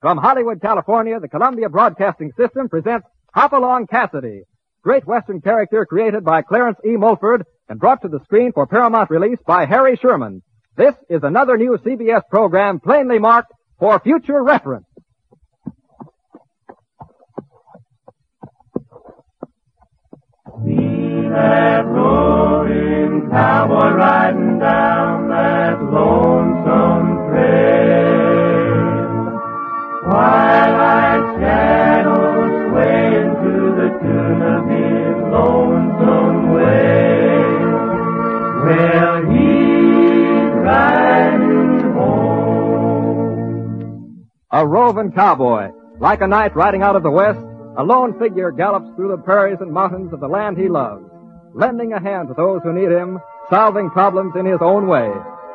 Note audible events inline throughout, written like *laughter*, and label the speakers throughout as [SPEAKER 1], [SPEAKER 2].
[SPEAKER 1] From Hollywood, California, the Columbia Broadcasting System presents Hopalong Cassidy, great Western character created by Clarence E. Mulford and brought to the screen for Paramount release by Harry Sherman. This is another new CBS program plainly marked for future reference.
[SPEAKER 2] See that rolling cowboy riding down that lonesome trail. Twilight shadows swaying to the tune of his lonesome wail. Well, he's riding home.
[SPEAKER 1] A roving cowboy, like a knight riding out of the west, a lone figure gallops through the prairies and mountains of the land he loves, lending a hand to those who need him, solving problems in his own way.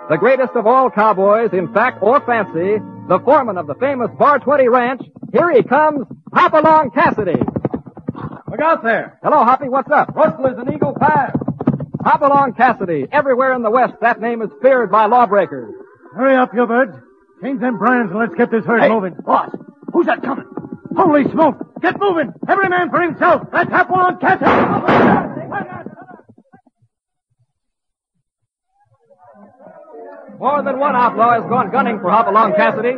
[SPEAKER 1] The greatest of all cowboys, in fact or fancy, the foreman of the famous Bar 20 Ranch, here he comes, Hopalong Cassidy.
[SPEAKER 3] Look out there!
[SPEAKER 1] Hello, Hoppy, what's up?
[SPEAKER 3] Rustler's an Eagle Pass!
[SPEAKER 1] Hopalong Cassidy. Everywhere in the West, that name is feared by lawbreakers.
[SPEAKER 3] Hurry up, you birds. Change them brands and let's get this herd moving. What? Who's that coming? Holy smoke! Get moving! Every man for himself! Let's have one on Cassidy!
[SPEAKER 1] More than one outlaw has gone gunning for Hopalong Cassidy.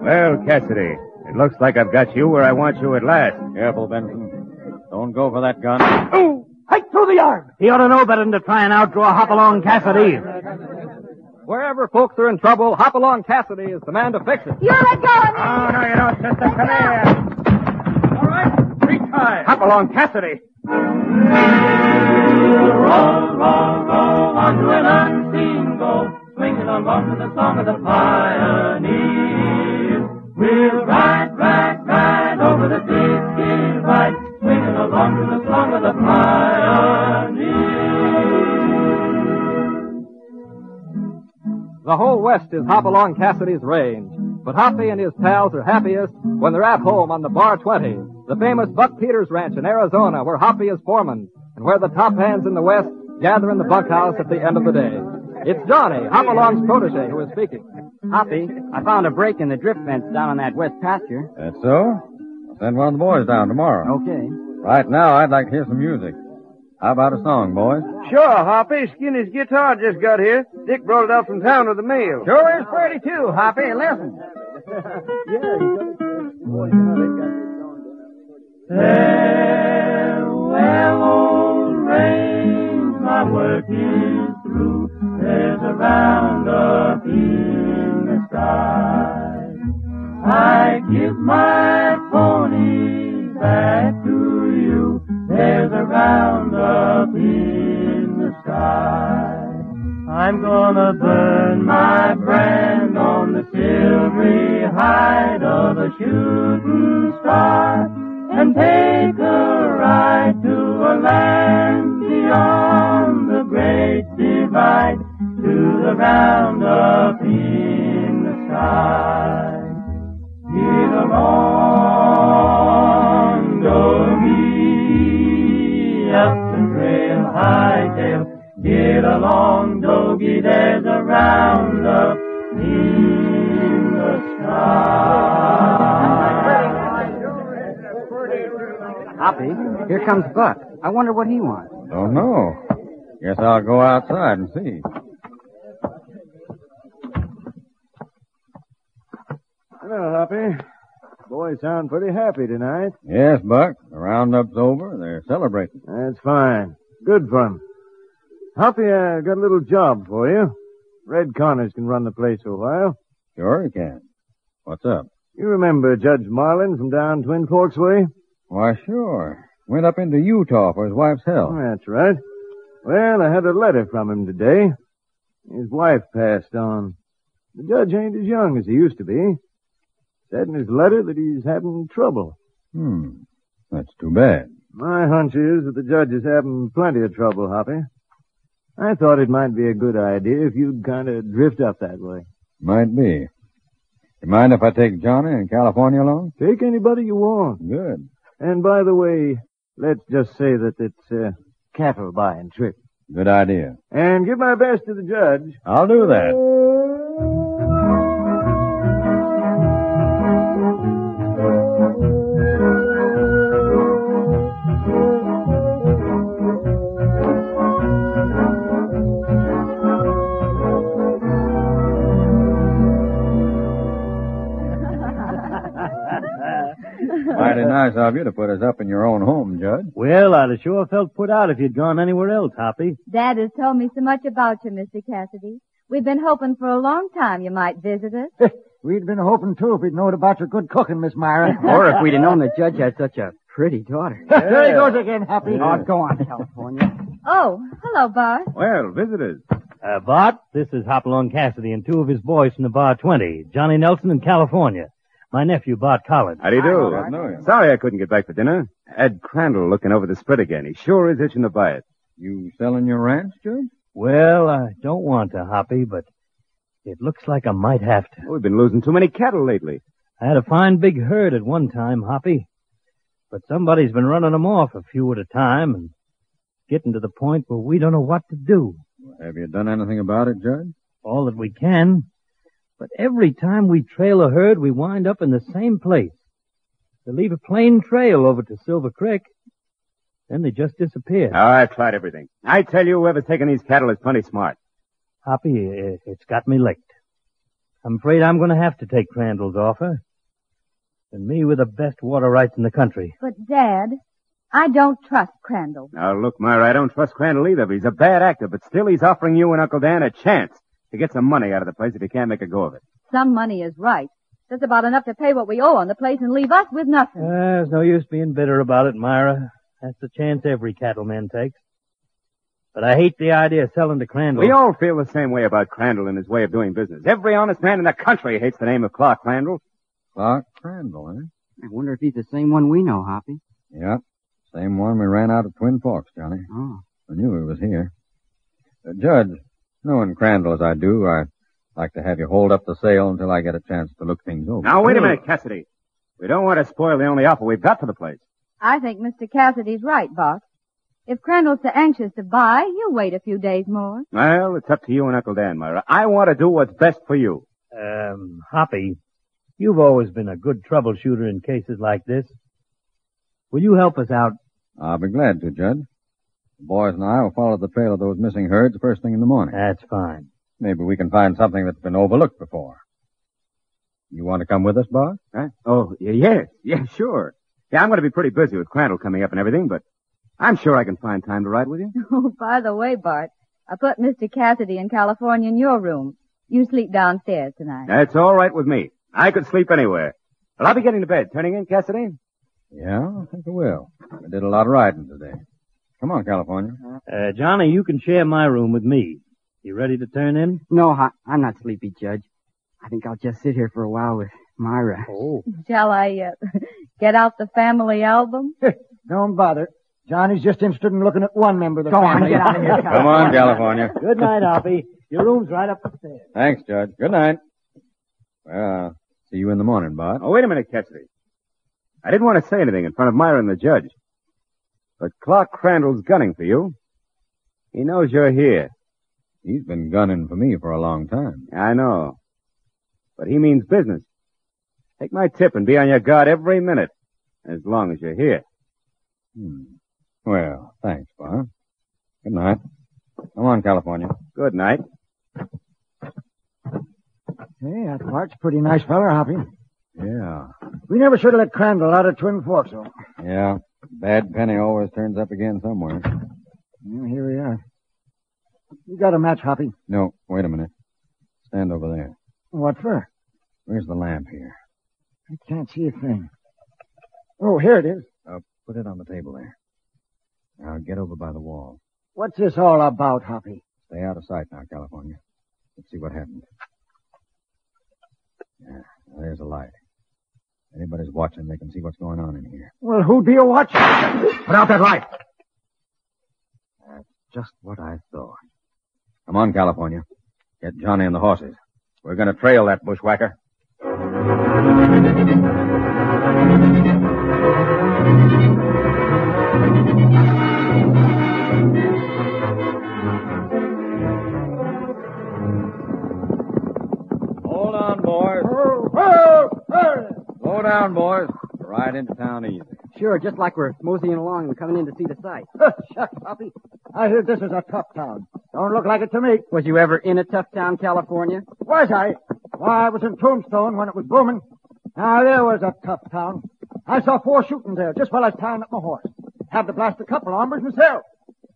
[SPEAKER 4] Well, Cassidy, it looks like I've got you where I want you at last. Careful, Benson. Don't go for that gun.
[SPEAKER 3] Ooh! Right through the arm!
[SPEAKER 5] He ought to know better than to try and outdraw Hopalong Cassidy.
[SPEAKER 1] Wherever folks are in trouble, Hopalong Cassidy is the man to fix it.
[SPEAKER 6] You let go of me.
[SPEAKER 3] Oh, no, you don't, sister. Come here! All right, retire!
[SPEAKER 1] Hopalong Cassidy!
[SPEAKER 2] Roll, roll, roll onto an unseen goal, swinging along to the song of the pioneers. We'll ride, ride, ride over the big divide, swinging along to the song of the pioneers.
[SPEAKER 1] The whole West is Hopalong Cassidy's range, but Hoppy and his pals are happiest when they're at home on the Bar 20, the famous Buck Peters Ranch in Arizona where Hoppy is foreman and where the top hands in the West gather in the bunkhouse at the end of the day. It's Johnny, Hopalong's protege, who is speaking.
[SPEAKER 5] Hoppy, I found a break in the drift fence down on that west pasture.
[SPEAKER 4] That's so? Send one of the boys down tomorrow.
[SPEAKER 5] Okay.
[SPEAKER 4] Right now, I'd like to hear some music. How about a song, boys?
[SPEAKER 3] Sure, Hoppy. Skinny's guitar just got here. Dick brought it out from town with the mail. Sure is pretty, too, Hoppy. Listen.
[SPEAKER 2] Farewell, old range, my work is through. There's a roundup in the sky. I give my pony back to you. There's a roundup in the sky. I'm gonna burn my brand on the silvery hide of a shooting star and take a ride to a land beyond the great divide to the roundup in the sky. Hear the rondo up the trail hightail. Get along, doggy, there's a roundup in the sky.
[SPEAKER 5] Hoppy, here comes Buck. I wonder what he wants.
[SPEAKER 4] Don't know. Guess I'll go outside and see.
[SPEAKER 3] Well, Hoppy, boys sound pretty happy tonight.
[SPEAKER 4] Yes, Buck. The roundup's over. They're celebrating.
[SPEAKER 3] That's fine. Good for 'em. Hoppy, I got a little job for you. Red Connors can run the place for a while.
[SPEAKER 4] Sure he can. What's up?
[SPEAKER 6] You remember Judge Marlin from down Twin Forks way?
[SPEAKER 7] Why, sure. Went up into Utah for his wife's health.
[SPEAKER 6] That's right. Well, I had a letter from him today. His wife passed on. The judge ain't as young as he used to be. Said in his letter that he's having trouble.
[SPEAKER 7] Hmm. That's too bad.
[SPEAKER 6] My hunch is that the judge is having plenty of trouble, Hoppy. I thought it might be a good idea if you'd kind of drift up that way.
[SPEAKER 7] Might be. You mind if I take Johnny and California along?
[SPEAKER 6] Take anybody you want.
[SPEAKER 7] Good.
[SPEAKER 6] And by the way, let's just say that it's a cattle buying trip.
[SPEAKER 7] Good idea.
[SPEAKER 6] And give my best to the judge.
[SPEAKER 7] I'll do that. Mighty nice of you to put us up in your own home, Judge.
[SPEAKER 6] Well, I'd have sure felt put out if you'd gone anywhere else, Hoppy.
[SPEAKER 8] Dad has told me so much about you, Mr. Cassidy. We've been hoping for a long time you might visit us.
[SPEAKER 5] We'd been hoping, too, if we'd known about your good cooking, Miss Myra. *laughs* or if we'd have known the judge had such a pretty daughter.
[SPEAKER 6] *laughs* There he goes
[SPEAKER 5] again, Happy. Oh, go on,
[SPEAKER 6] *laughs*
[SPEAKER 5] California.
[SPEAKER 8] Oh, hello, Bart.
[SPEAKER 7] Well, visitors.
[SPEAKER 9] Uh, Bart, this is Hopalong Cassidy and two of his boys from the Bar 20, Johnny Nelson in California. My nephew, Bart Collins.
[SPEAKER 7] How do you
[SPEAKER 5] do?
[SPEAKER 7] I know you.
[SPEAKER 6] Sorry I couldn't get back for dinner. Ed Crandall looking over the split again. He sure is itching to buy it.
[SPEAKER 7] You selling your ranch, Judge?
[SPEAKER 9] Well, I don't want to, Hoppy, but it looks like I might have to.
[SPEAKER 6] Oh, We've been losing too many cattle lately.
[SPEAKER 9] I had a fine big herd at one time, Hoppy, but somebody's been running 'em off a few at a time and getting to the point where we don't know what to do.
[SPEAKER 7] Have you done anything about it, Judge?
[SPEAKER 9] All that we can, but every time we trail a herd, we wind up in the same place. They leave a plain trail over to Silver Creek, then they just disappear.
[SPEAKER 6] Oh, I've tried everything. I tell you, whoever's taking these cattle is plenty smart.
[SPEAKER 9] Hoppy, it, it's got me licked. I'm afraid I'm going to have to take Crandall's offer. And me with the best water rights in the country.
[SPEAKER 8] But Dad, I don't trust Crandall.
[SPEAKER 6] Now, look, Myra, I don't trust Crandall either. He's a bad actor, but still he's offering you and Uncle Dan a chance to get some money out of the place if you can't make a go of it.
[SPEAKER 8] Some money is right. That's about enough to pay what we owe on the place and leave us with
[SPEAKER 9] Uh,
[SPEAKER 8] nothing.
[SPEAKER 9] there's no use being bitter about it, Myra. That's the chance every cattleman takes. But I hate the idea of selling to Crandall.
[SPEAKER 6] We all feel the same way about Crandall and his way of doing business. Every honest man in the country hates the name of Clark Crandall.
[SPEAKER 7] Clark Crandall, eh?
[SPEAKER 5] I wonder if he's the same one we know, Hoppy.
[SPEAKER 7] Yep. Same one we ran out of Twin Forks, Johnny.
[SPEAKER 5] Oh.
[SPEAKER 7] I knew he was here. Uh, Judge, knowing Crandall as I do, I'd like to have you hold up the sale until I get a chance to look things over.
[SPEAKER 6] Now, wait a minute, Cassidy. We don't want to spoil the only offer we've got for the place.
[SPEAKER 8] I think Mr. Cassidy's right, Bart. If Crandall's so anxious to buy, he'll wait a few days more. *laughs*
[SPEAKER 6] Well, it's up to you and Uncle Dan, Myra. I want to do what's best for you.
[SPEAKER 9] Um, Hoppy, you've always been a good troubleshooter in cases like this. Will you help us out?
[SPEAKER 7] I'll be glad to, Judge. The boys and I will follow the trail of those missing herds first thing in the morning.
[SPEAKER 9] That's fine.
[SPEAKER 7] Maybe we can find something that's been overlooked before. You want to come with us, Bart?
[SPEAKER 6] Huh? Oh, y- yes. Yeah, sure. Yeah, I'm going to be pretty busy with Crandall coming up and everything, but I'm sure I can find time to ride with you.
[SPEAKER 8] Oh, by the way, Bart, I put Mr. Cassidy in California in your room. You sleep downstairs tonight.
[SPEAKER 6] That's all right with me. I could sleep anywhere. Well, I'll be getting to bed. Turning in, Cassidy?
[SPEAKER 7] Yeah, I think I will. I did a lot of riding today. Come on, California.
[SPEAKER 9] Uh, Johnny, you can share my room with me. You ready to turn in?
[SPEAKER 5] No, Hop, I'm not sleepy, Judge. I think I'll just sit here for a while with Myra.
[SPEAKER 9] Oh.
[SPEAKER 8] Shall I uh, *laughs* get out the family album?
[SPEAKER 10] Don't bother. Johnny's just interested in looking at one member of the
[SPEAKER 5] Go on,
[SPEAKER 10] family.
[SPEAKER 5] get out
[SPEAKER 10] *laughs*
[SPEAKER 5] of here.
[SPEAKER 7] Come on, California.
[SPEAKER 10] Good night, Hoppy. Your room's right up the stairs.
[SPEAKER 7] Thanks, Judge. Good night. Well, I'll see you in the morning, Bart.
[SPEAKER 6] Oh, wait a minute, Cassidy. I didn't want to say anything in front of Myra and the judge. But Clark Crandall's gunning for you. He knows you're here.
[SPEAKER 7] He's been gunning for me for a long time.
[SPEAKER 6] I know. But he means business. Take my tip and be on your guard every minute. As long as you're here.
[SPEAKER 7] Hmm. Well, thanks, Bart. Good night. Come on, California.
[SPEAKER 6] Good night.
[SPEAKER 10] Hey, that Clark's a pretty nice feller, Hoppy.
[SPEAKER 7] Yeah.
[SPEAKER 10] We never should have let Crandall out of Twin Forks, though.
[SPEAKER 7] Yeah. Bad penny always turns up again somewhere.
[SPEAKER 10] Well, here we are. You got a match, Hoppy.
[SPEAKER 7] No, wait a minute. Stand over there.
[SPEAKER 10] What for?
[SPEAKER 7] Where's the lamp here?
[SPEAKER 10] I can't see a thing. Oh, here it is.
[SPEAKER 7] Uh, put it on the table there. Now get over by the wall.
[SPEAKER 10] What's this all about, Hoppy?
[SPEAKER 7] Stay out of sight now, California. Let's see what happened. Yeah, now there's a light. Anybody's watching, they can see what's going on in here.
[SPEAKER 10] Well, who do you watch? Put out that light.
[SPEAKER 7] Just what I thought. Come on, California. Get Johnny and the horses. We're gonna trail that bushwhacker. Hold on, boys. Slow
[SPEAKER 3] *laughs*
[SPEAKER 7] down, boys. We're right into town easy.
[SPEAKER 5] Sure, just like we're moseying along and coming in to see the sight.
[SPEAKER 10] Shucks, Hoppy. I hear this is a tough town. Don't look like it to me.
[SPEAKER 5] Was you ever in a tough town, California?
[SPEAKER 10] Was I? Why, I was in Tombstone when it was booming. Now, there was a tough town. I saw four shootings there just while I was tying up my horse. Had to blast a couple armors myself.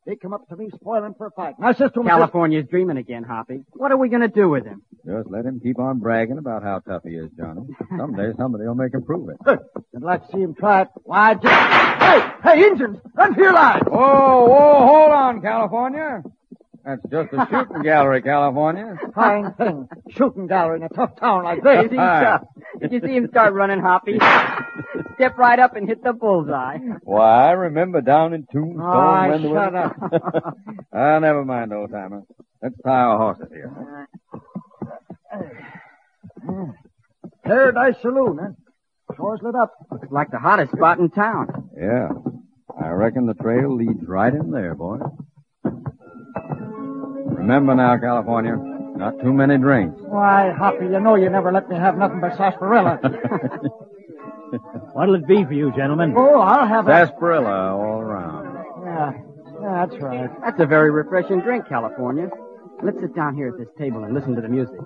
[SPEAKER 10] They come up to me spoiling for a fight. And I says to myself,
[SPEAKER 5] California's dreaming again, Hoppy. What are we going to do with him?
[SPEAKER 7] Just let him keep on bragging about how tough he is, Johnny. Someday somebody will make him prove it.
[SPEAKER 10] I'd like to see him try it. Why, just... Hey, hey, Injuns, run for your lives.
[SPEAKER 7] Whoa, whoa, Oh, hold on, California. That's just a shooting gallery, California.
[SPEAKER 10] Fine
[SPEAKER 7] *laughs*
[SPEAKER 10] thing. Shooting gallery in a tough town like this.
[SPEAKER 5] He's tough. Did you see him start running, Hoppy? *laughs* Step right up and hit the bullseye.
[SPEAKER 7] Why, I remember down in Tombstone
[SPEAKER 10] Oh,
[SPEAKER 7] when the
[SPEAKER 10] shut
[SPEAKER 7] up. *laughs* ah, never mind, old timer. Let's tie our horses here.
[SPEAKER 3] Hmm.
[SPEAKER 10] Paradise Saloon, huh? Doors lit up.
[SPEAKER 5] Looks like the hottest spot in town.
[SPEAKER 7] Yeah. I reckon the trail leads right in there, boy. Remember now, California, not too many drinks.
[SPEAKER 10] Why, Hoppy, you know you never let me have nothing but *laughs*
[SPEAKER 7] *laughs*
[SPEAKER 10] sarsaparilla.
[SPEAKER 9] What'll it be for you, gentlemen?
[SPEAKER 10] oh, I'll have that.
[SPEAKER 7] Sarsaparilla all around.
[SPEAKER 10] Yeah, yeah, that's right.
[SPEAKER 5] That's a very refreshing drink, California. Let's sit down here at this table and listen to the music.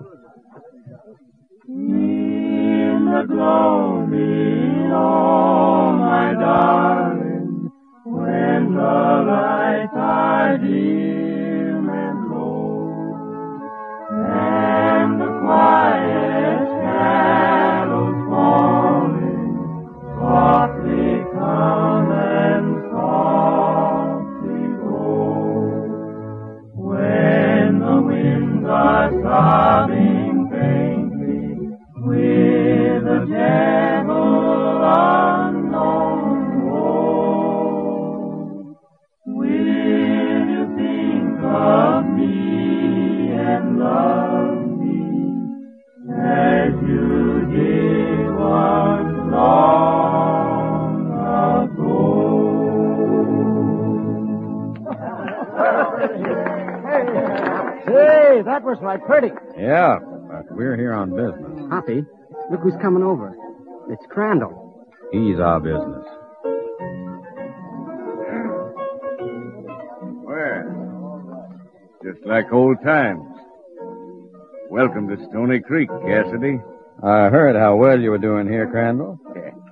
[SPEAKER 2] In the gloaming, oh my darling, when the lights are dim and low, and the quiet shadows falling, softly come and softly go. When the winds are sobbing faintly, with a gentle unknown woe. Will you think of me and love me as you did once long ago?
[SPEAKER 10] Say, that was right pretty.
[SPEAKER 7] Yeah, but we're here on business.
[SPEAKER 5] Hoppy, look who's coming over. It's Crandall.
[SPEAKER 7] He's our business.
[SPEAKER 4] Well, just like old times. Welcome to Stony Creek, Cassidy.
[SPEAKER 7] I heard how well you were doing here, Crandall.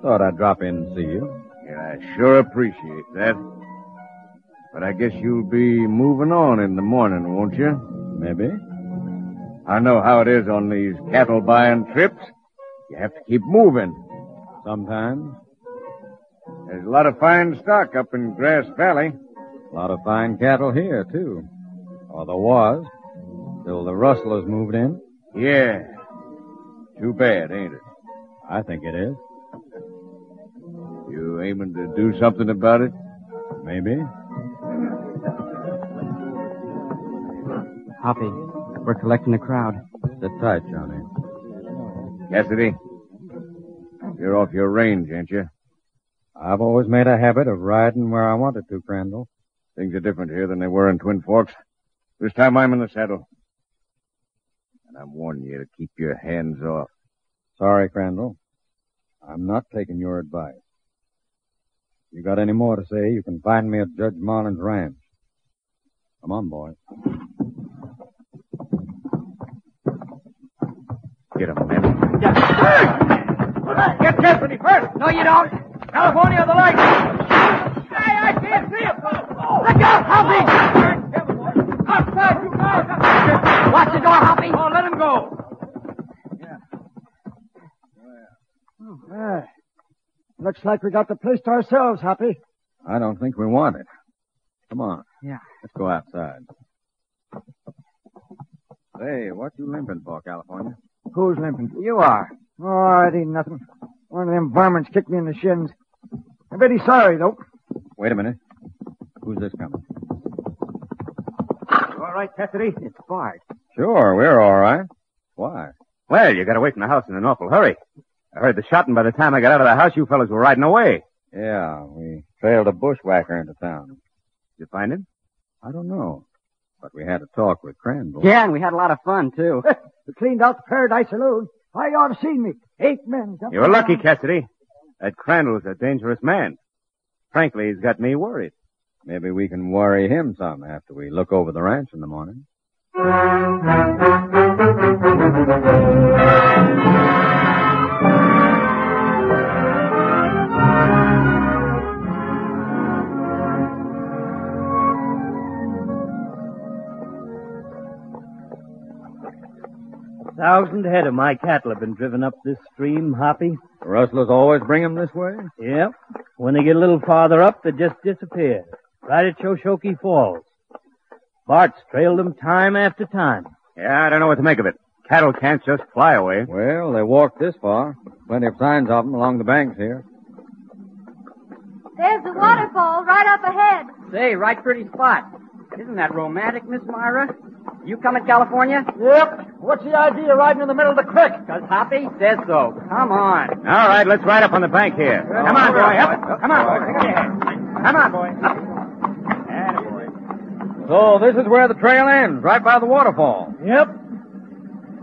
[SPEAKER 7] Thought I'd drop in and see you.
[SPEAKER 4] Yeah, I sure appreciate that. But I guess you'll be moving on in the morning, won't you?
[SPEAKER 7] Maybe.
[SPEAKER 4] I know how it is on these cattle buying trips. You have to keep moving.
[SPEAKER 7] Sometimes.
[SPEAKER 4] There's a lot of fine stock up in Grass Valley.
[SPEAKER 7] A lot of fine cattle here, too. Or there was. Till the rustlers moved in.
[SPEAKER 4] Yeah. Too bad, ain't it?
[SPEAKER 7] I think it is.
[SPEAKER 4] You aiming to do something about it?
[SPEAKER 7] Maybe.
[SPEAKER 5] Hoppy, we're collecting the crowd.
[SPEAKER 7] Sit tight, Johnny.
[SPEAKER 4] Cassidy, you're off your range, ain't you?
[SPEAKER 7] I've always made a habit of riding where I wanted to, Crandall.
[SPEAKER 4] Things are different here than they were in Twin Forks. This time I'm in the saddle. And I'm warning you to keep your hands off.
[SPEAKER 7] Sorry, Crandall. I'm not taking your advice. You got any more to say, you can find me at Judge Marlin's ranch. Come on, boy.
[SPEAKER 4] Get him, man.
[SPEAKER 3] Get Cassidy first. No, you don't. California, the light. Hey, I can't see him. Look out, Hoppy. Outside, you guys. Watch the door, Hoppy. Oh, let him go.
[SPEAKER 10] Oh, Looks like we got the place to ourselves, Hoppy.
[SPEAKER 7] I don't think we want it. Come on.
[SPEAKER 10] Yeah.
[SPEAKER 7] Let's go outside. Hey, what you limping for, California?
[SPEAKER 10] Who's limping?
[SPEAKER 5] You are.
[SPEAKER 10] Oh, it ain't nothing. One of them varmints kicked me in the shins. I bet he's sorry, though.
[SPEAKER 7] Wait a minute. Who's this coming?
[SPEAKER 10] All right, Cassidy. It's Bart.
[SPEAKER 7] Sure, we're all right. Why?
[SPEAKER 3] Well, you got away from the house in an awful hurry. I heard the shot, and by the time I got out of the house, you fellas were riding away.
[SPEAKER 7] Yeah, we trailed a bushwhacker into town. Did you find him? I don't know. But we had a talk with Crandall.
[SPEAKER 5] Yeah, and we had a lot of fun, too.
[SPEAKER 10] *laughs* We cleaned out the Paradise Saloon. Why, you ought to seen me. Eight men. jumping
[SPEAKER 3] You were lucky,
[SPEAKER 10] around.
[SPEAKER 3] Cassidy. That Crandall's a dangerous man. Frankly, he's got me worried.
[SPEAKER 7] Maybe we can worry him some after we look over the ranch in the morning.
[SPEAKER 9] Thousand head of my cattle have been driven up this stream, Hoppy.
[SPEAKER 7] The rustlers always bring him this way?
[SPEAKER 9] Yep. When they get a little farther up, they just disappear. Right at Shoshone Falls. Bart's trailed them time after time.
[SPEAKER 3] Yeah, I don't know what to make of it. Cattle can't just fly away.
[SPEAKER 7] Well, they walked this far. Plenty of signs of them along the banks here.
[SPEAKER 8] There's the waterfall right up ahead.
[SPEAKER 5] Say, right pretty spot. Isn't that romantic, Miss Myra? You coming, California?
[SPEAKER 10] Yep. What's the idea of riding in the middle of the creek?
[SPEAKER 5] Because Hoppy says so. Come on.
[SPEAKER 3] All right, let's ride up on the bank here. Come on, boy. Up. Come on, boy. Come on, boy. Up.
[SPEAKER 7] So this is where the trail ends, right by the waterfall.
[SPEAKER 9] Yep.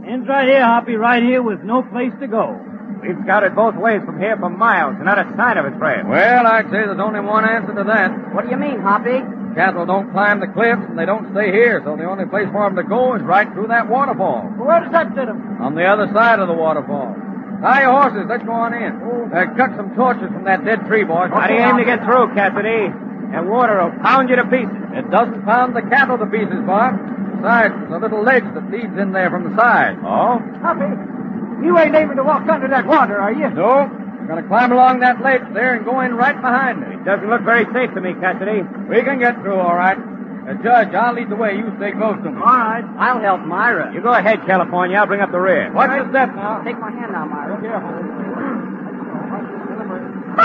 [SPEAKER 9] Ends right here, Hoppy, right here with no place to go.
[SPEAKER 3] We've scouted both ways from here for miles, and not a sign of a trail.
[SPEAKER 7] Well, I'd say there's only one answer to that.
[SPEAKER 5] What do you mean, Hoppy?
[SPEAKER 7] Cattle don't climb the cliffs and they don't stay here, so the only place for 'em to go is right through that waterfall.
[SPEAKER 10] Where does that fit him?
[SPEAKER 7] On the other side of the waterfall. Tie your horses. Let's go on in. Uh, cut some torches from that dead tree, boys.
[SPEAKER 3] How do you aim to get through, Cassidy? That water will pound you to pieces.
[SPEAKER 7] It doesn't pound the cattle to pieces, Bob. Besides, there's a little ledge that leads in there from the side. Oh?
[SPEAKER 10] Hoppy, you ain't aiming to walk under that water, are you?
[SPEAKER 7] No. We're going to climb along that ledge there and go in right behind it.
[SPEAKER 3] It doesn't look very safe to me, Cassidy.
[SPEAKER 7] We can get through, all right. Uh, Judge, I'll lead the way. You stay close to me.
[SPEAKER 5] All right. I'll help Myra.
[SPEAKER 3] You go ahead, California. I'll bring up the rear.
[SPEAKER 7] Watch the step now.
[SPEAKER 5] Take my hand now, Myra. *laughs*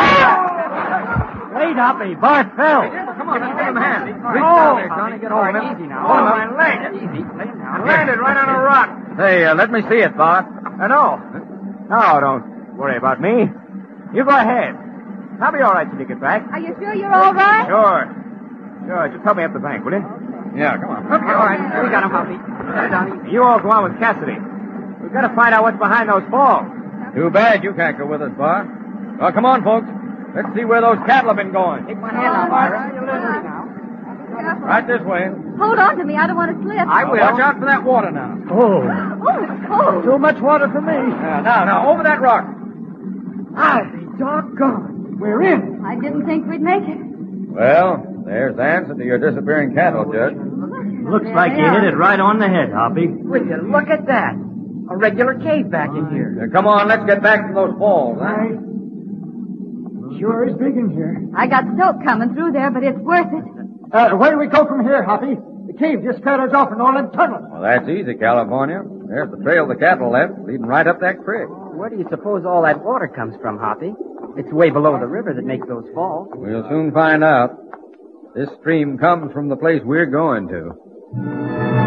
[SPEAKER 5] Ah!
[SPEAKER 2] Wait,
[SPEAKER 3] eh,
[SPEAKER 2] Hoppy. Bart fell.
[SPEAKER 7] Come on, let's give him a hand.
[SPEAKER 3] Oh,
[SPEAKER 5] Reach down there, Johnny. Get hold of him. Easy now.
[SPEAKER 7] Hold
[SPEAKER 5] Hold
[SPEAKER 7] him.
[SPEAKER 5] leg. Easy. Lay him down.
[SPEAKER 3] right on a rock.
[SPEAKER 7] Hey, uh, let me see it, Bob.
[SPEAKER 3] Uh, no. No, don't worry about me. You go ahead. I'll be all right till you get back.
[SPEAKER 8] Are you sure you're all right?
[SPEAKER 3] Sure. Sure. Just help me up the bank, will you?
[SPEAKER 7] Yeah, come on.
[SPEAKER 5] Okay, all right. We got him, Hoppy. Lay him down.
[SPEAKER 3] You all go on with Cassidy. We've got to find out what's behind those falls.
[SPEAKER 7] Too bad you can't go with us, Bob. Well, come on, folks. Let's see where those cattle have been going.
[SPEAKER 5] Take my hand now, Myra. You're listening now.
[SPEAKER 8] Careful.
[SPEAKER 7] Right this way.
[SPEAKER 8] Hold on to me. I don't want to slip.
[SPEAKER 5] I
[SPEAKER 7] Now,
[SPEAKER 5] will.
[SPEAKER 7] Watch out for that water now.
[SPEAKER 9] Oh,
[SPEAKER 8] Oh, it's cold.
[SPEAKER 10] Too much water for me.
[SPEAKER 5] Uh,
[SPEAKER 7] Yeah, now, now, over that rock.
[SPEAKER 10] I'll be doggone. We're in.
[SPEAKER 8] I didn't think we'd make it.
[SPEAKER 7] Well, there's the answer to your disappearing cattle, Judge.
[SPEAKER 9] looks
[SPEAKER 8] There
[SPEAKER 9] like
[SPEAKER 8] they
[SPEAKER 9] you
[SPEAKER 8] are.
[SPEAKER 9] hit it right on the head, Hoppy.
[SPEAKER 5] Will you look at that? A regular cave back in here.
[SPEAKER 7] Now, come on, let's get back from those falls. Huh?
[SPEAKER 10] I... Sure is big in here.
[SPEAKER 8] I got soap coming through there, but it's worth it.
[SPEAKER 10] Uh, where do we go from here, Hoppy? The cave just cut us off in all them tunnels.
[SPEAKER 7] Well, that's easy, California. There's the trail the cattle left, leading right up that creek.
[SPEAKER 5] Where do you suppose all that water comes from, Hoppy? It's way below the river that makes those falls.
[SPEAKER 7] We'll soon find out. This stream comes from the place we're going to.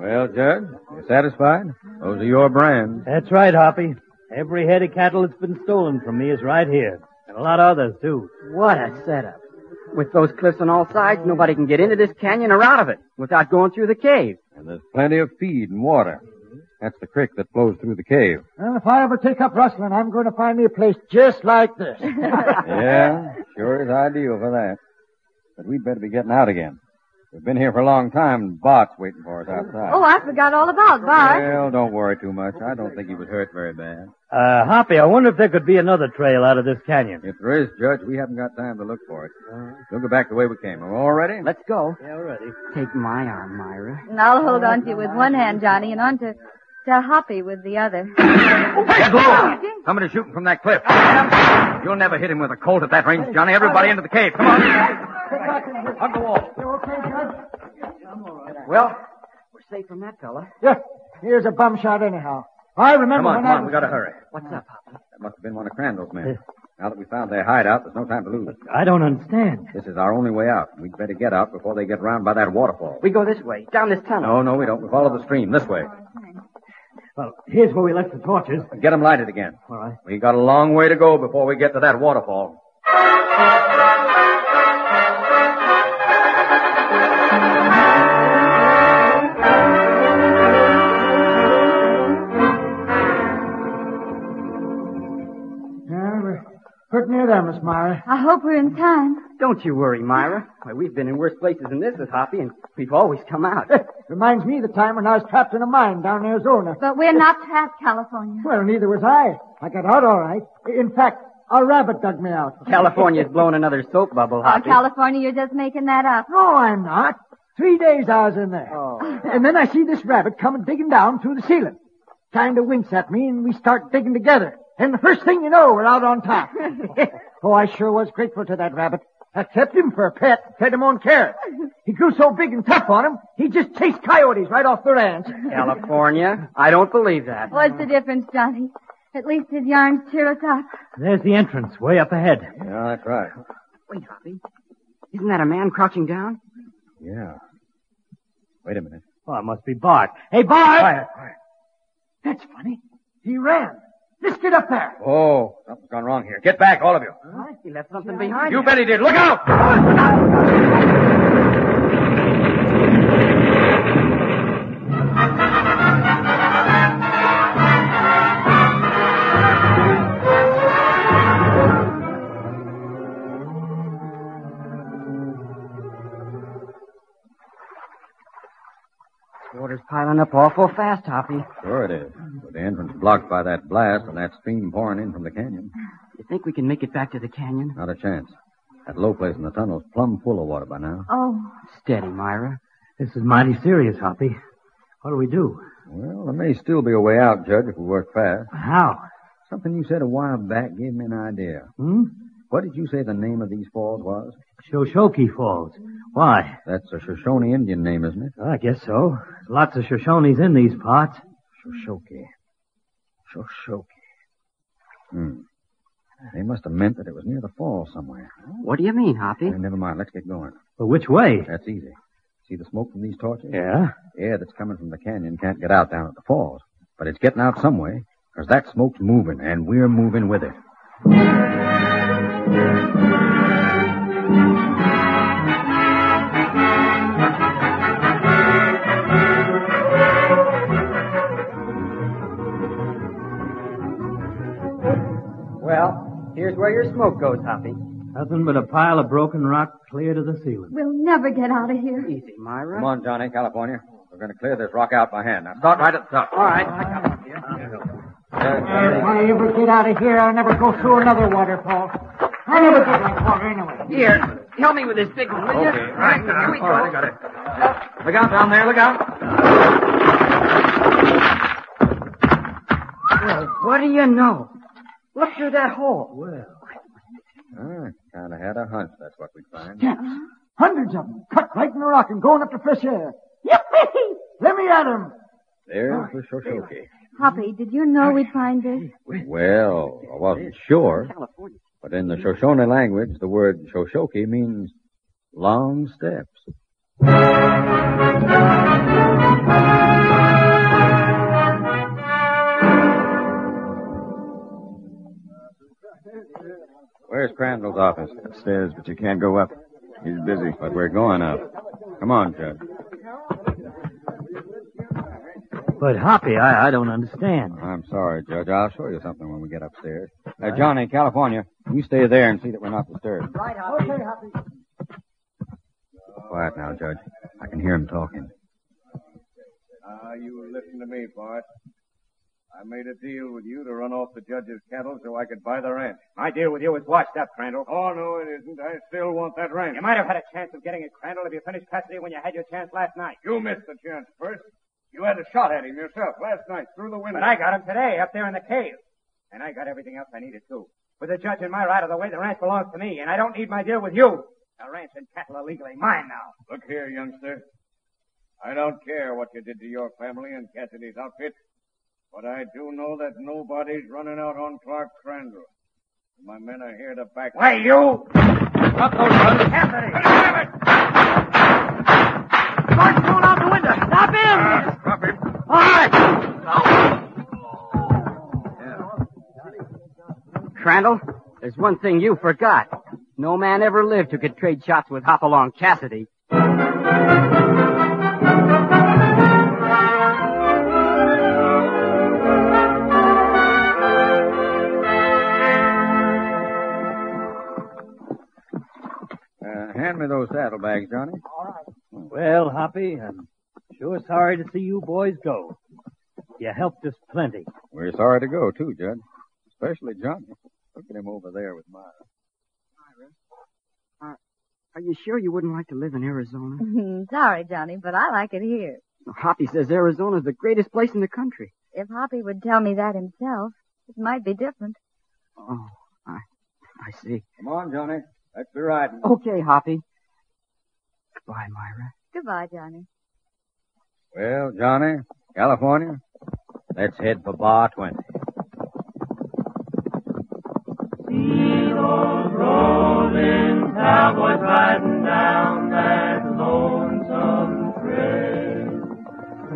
[SPEAKER 7] Well, Judge, you satisfied? Those are your brands.
[SPEAKER 9] That's right, Hoppy. Every head of cattle that's been stolen from me is right here. And a lot of others, too.
[SPEAKER 5] What a setup. With those cliffs on all sides, nobody can get into this canyon or out of it without going through the cave.
[SPEAKER 7] And there's plenty of feed and water. That's the creek that flows through the cave.
[SPEAKER 10] And if I ever take up rustling, I'm going to find me a place just like
[SPEAKER 11] *laughs*
[SPEAKER 10] this.
[SPEAKER 7] Yeah, sure is ideal for that. But we'd better be getting out again. We've been here for a long time, and Bart's waiting for us outside.
[SPEAKER 11] Oh, I forgot all about Bart.
[SPEAKER 7] Well, don't worry too much. I don't think he was hurt very bad.
[SPEAKER 9] Uh, Hoppy, I wonder if there could be another trail out of this canyon.
[SPEAKER 7] If there is, Judge, we haven't got time to look for it. We'll go back the way we came. Are we all ready?
[SPEAKER 5] Let's go.
[SPEAKER 7] Yeah, we're ready.
[SPEAKER 5] Take my arm, Myra.
[SPEAKER 11] And I'll hold on to you with one hand, Johnny, and on to, to Hoppy with the other.
[SPEAKER 12] Get low! Somebody's shooting from that cliff. You'll never hit him with a Colt at that range, Johnny. Everybody into the cave. Come on.
[SPEAKER 10] Hug the wall. You okay, Judge?
[SPEAKER 5] Well, we're safe from that fella.
[SPEAKER 10] Yeah. Here's a bum shot anyhow. I remember
[SPEAKER 7] Come on,
[SPEAKER 10] when
[SPEAKER 7] come
[SPEAKER 10] I
[SPEAKER 7] on.
[SPEAKER 10] was-
[SPEAKER 7] We gotta hurry.
[SPEAKER 5] What's up, Hoppy?
[SPEAKER 7] That must have been one of Crandall's men. Now that we found their hideout, there's no time to lose.
[SPEAKER 9] I don't understand.
[SPEAKER 7] This is our only way out. We'd better get out before they get round by that waterfall.
[SPEAKER 5] We go this way, down this tunnel.
[SPEAKER 7] No, no, we don't. We follow the stream this way.
[SPEAKER 9] Well, here's where we left the torches.
[SPEAKER 7] Get them lighted again.
[SPEAKER 9] All right.
[SPEAKER 7] We got a long way to go before we get to that waterfall.
[SPEAKER 10] Yeah, we're pretty near there, Miss Myra.
[SPEAKER 11] I hope we're in time.
[SPEAKER 5] Don't you worry, Myra. Why, we've been in worse places than this with Hoppy, and we've always come out. *laughs*
[SPEAKER 10] Reminds me of the time when I was trapped in a mine down in Arizona.
[SPEAKER 11] But we're not past California.
[SPEAKER 10] Well, neither was I. I got out all right. In fact, a rabbit dug me out. *laughs*
[SPEAKER 5] California's blown another soap bubble,
[SPEAKER 11] Oh,
[SPEAKER 5] Hoppy.
[SPEAKER 11] California, you're just making that up.
[SPEAKER 10] No, I'm not. Three days I was in there. And then I see this rabbit coming digging down through the ceiling. Kind of winks at me, and we start digging together. And the first thing you know, we're out on *laughs* top. oh, I sure was grateful to that rabbit. I kept him for a pet, fed him on carrots. He grew so big and tough on him, he just chased coyotes right off the ranch.
[SPEAKER 5] California? I don't believe that.
[SPEAKER 11] What's the difference, Johnny? At least his yarns cheer us up.
[SPEAKER 9] There's the entrance, way up ahead.
[SPEAKER 7] Yeah, that's right.
[SPEAKER 5] Wait, Hoppy. Isn't that a man crouching down?
[SPEAKER 7] Yeah. Wait a minute.
[SPEAKER 9] Oh, it must be Bart. Hey, Bart!
[SPEAKER 7] Quiet,
[SPEAKER 10] That's funny. He ran. Let's get up there.
[SPEAKER 7] Oh, something's gone wrong here. Get back, all of you.
[SPEAKER 5] He left something behind
[SPEAKER 7] You
[SPEAKER 5] him.
[SPEAKER 7] bet he did. Look out!
[SPEAKER 5] Water's piling up awful fast, Hoppy.
[SPEAKER 7] Sure it is. With the entrance blocked by that blast and that stream pouring in from the canyon.
[SPEAKER 5] You think we can make it back to the canyon?
[SPEAKER 7] Not a chance. That low place in the tunnel's plumb full of water by now.
[SPEAKER 11] Oh,
[SPEAKER 5] Steady, Myra.
[SPEAKER 9] This is mighty serious, Hoppy. What do we do?
[SPEAKER 7] Well, there may still be a way out, Judge, if we work fast.
[SPEAKER 9] How?
[SPEAKER 7] Something you said a while back gave me an idea.
[SPEAKER 9] Hmm?
[SPEAKER 7] What did you say the name of these falls was?
[SPEAKER 9] Shoshoki Falls. Why?
[SPEAKER 7] That's a Shoshone Indian name, isn't it?
[SPEAKER 9] I guess so. There's lots of Shoshones in these parts.
[SPEAKER 7] Shoshoki. Shoshoki. Hmm. They must have meant that it was near the fall somewhere.
[SPEAKER 5] What do you mean, Hoppy?
[SPEAKER 7] never mind. Let's get going.
[SPEAKER 9] But which way?
[SPEAKER 7] That's easy. See the smoke from these torches?
[SPEAKER 9] Yeah.
[SPEAKER 7] Air that's coming from the canyon can't get out down at the falls. But it's getting out some way, 'cause that smoke's moving, and we're moving with it.
[SPEAKER 5] Well, here's where your smoke goes, Hoppy.
[SPEAKER 9] Nothing but a pile of broken rock clear to the ceiling.
[SPEAKER 11] we'll never get out of here.
[SPEAKER 5] Easy, Myra.
[SPEAKER 7] Come on, Johnny, California. We're going to clear this rock out by hand. Now start right at the top. All right.
[SPEAKER 10] If I ever get out of here, I'll never go through another waterfall. I never get like water anyway.
[SPEAKER 5] Here, help me with this big one, will you?
[SPEAKER 10] Okay.
[SPEAKER 5] Right, here we
[SPEAKER 10] All right,
[SPEAKER 5] go.
[SPEAKER 10] I
[SPEAKER 7] got it. Look out down there. Look out.
[SPEAKER 5] Well, what do you know? Look through that hole.
[SPEAKER 9] Well.
[SPEAKER 7] I kind of Ah, had a hunch that's what we'd find.
[SPEAKER 10] Steps. Hundreds of them. Cut right in the rock and going up to fresh air. Yippee! Let me at 'em.
[SPEAKER 7] There's the Shoshoki.
[SPEAKER 11] Hoppy, did you know we'd find this?
[SPEAKER 7] Well, I wasn't sure,
[SPEAKER 5] California.
[SPEAKER 7] but in the Shoshone language, the word Shoshoki means long steps. Where's Crandall's office? Upstairs, but you can't go up. He's busy. But we're going up. Come on, Judge.
[SPEAKER 9] But Hoppy, I, I don't understand.
[SPEAKER 7] I'm sorry, Judge. I'll show you something when we get upstairs. Now, Johnny, California, you stay there and see that we're not disturbed.
[SPEAKER 10] Right, Hoppy. Okay, Hoppy.
[SPEAKER 7] Quiet now, Judge.
[SPEAKER 13] hear him talking.
[SPEAKER 7] Ah, you listen to me, Bart. I made a deal with you to run off the judge's cattle so I could buy the ranch.
[SPEAKER 3] My deal with you is washed up, Crandall.
[SPEAKER 7] Oh, no, it isn't. I still want that ranch.
[SPEAKER 3] You might have had a chance of getting it, Crandall, if you finished Cassidy when you had your chance last night.
[SPEAKER 7] You missed the chance first. You had a shot at him yourself last night through the window.
[SPEAKER 3] But I got him today up there in the cave. And I got everything else I needed, too. With the judge in my right of the way, the ranch belongs to me, and I don't need my deal with you. The ranch and cattle are legally mine now.
[SPEAKER 7] Look here, youngster. I don't care what you did to your family and Cassidy's outfit, but I do know that nobody's running out on Clark Crandall. My men are here to back.
[SPEAKER 3] Why, you-
[SPEAKER 7] Drop those guns.
[SPEAKER 14] Martin going out the window. Stop him!
[SPEAKER 7] stop him.
[SPEAKER 14] All right.
[SPEAKER 5] Crandall, there's one thing you forgot. No man ever lived who could trade shots with Hopalong Cassidy.
[SPEAKER 15] Uh, hand me those saddlebags, Johnny.
[SPEAKER 9] Well, Hoppy, I'm sure sorry to see you boys go. You helped us plenty.
[SPEAKER 15] We're sorry to go, too, Judge. Especially Johnny. Look at him over there with Myra.
[SPEAKER 5] Are you sure you wouldn't like to live in Arizona?
[SPEAKER 11] Hmm,
[SPEAKER 8] Sorry, Johnny, but I like it here.
[SPEAKER 5] Hoppy says Arizona's the greatest place in the country.
[SPEAKER 8] If Hoppy would tell me that himself, it might be different.
[SPEAKER 5] Oh, I, I see.
[SPEAKER 15] Come on, Johnny. Let's be riding.
[SPEAKER 5] Okay, Hoppy. Goodbye, Myra.
[SPEAKER 8] Goodbye, Johnny.
[SPEAKER 15] Well, Johnny, California, let's head for Bar 20.
[SPEAKER 2] rolling, cowboys riding down that lonesome trail.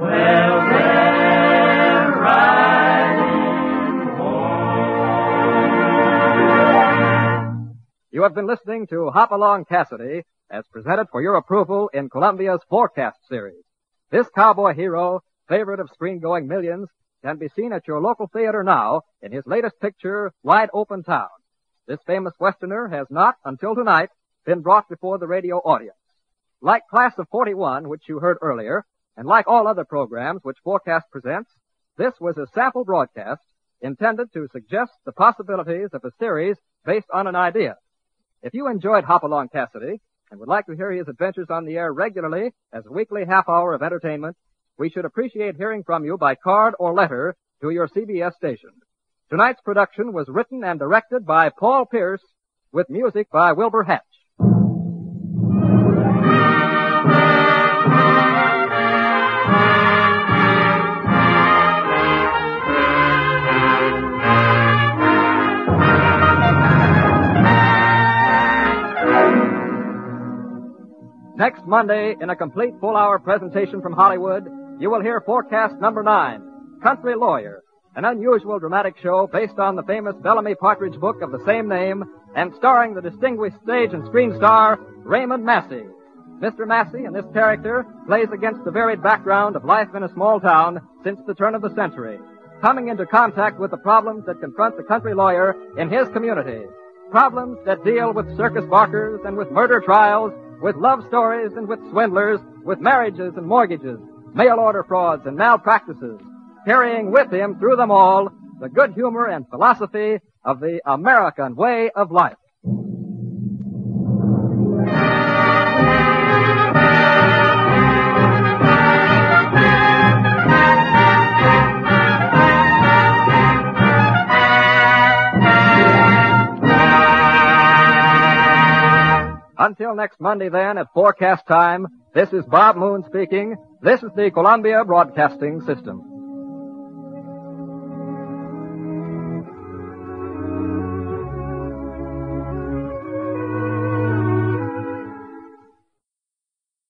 [SPEAKER 2] Well, they're riding
[SPEAKER 1] You have been listening to Hop Along Cassidy as presented for your approval in Columbia's Forecast series. This cowboy hero, favorite of screen-going millions, can be seen at your local theater now in his latest picture, Wide Open Town. This famous Westerner has not, until tonight, been brought before the radio audience. Like Class of 41, which you heard earlier, and like all other programs which Forecast presents, this was a sample broadcast intended to suggest the possibilities of a series based on an idea. If you enjoyed Hopalong Cassidy and would like to hear his adventures on the air regularly as a weekly half hour of entertainment, we should appreciate hearing from you by card or letter to your CBS station. Tonight's production was written and directed by Paul Pierce with music by Wilbur Hatch. Next Monday, in a complete full hour presentation from Hollywood, you will hear forecast number nine, Country Lawyer, an unusual dramatic show based on the famous Bellamy Partridge book of the same name and starring the distinguished stage and screen star, Raymond Massey. Mr. Massey, in this character, plays against the varied background of life in a small town since the turn of the century, coming into contact with the problems that confront the country lawyer in his community. Problems that deal with circus barkers and with murder trials, with love stories and with swindlers, with marriages and mortgages, mail order frauds and malpractices, carrying with him through them all the good humor and philosophy of the American way of life. Until next Monday then at forecast time, this is Bob Moon speaking. This is the Columbia Broadcasting System.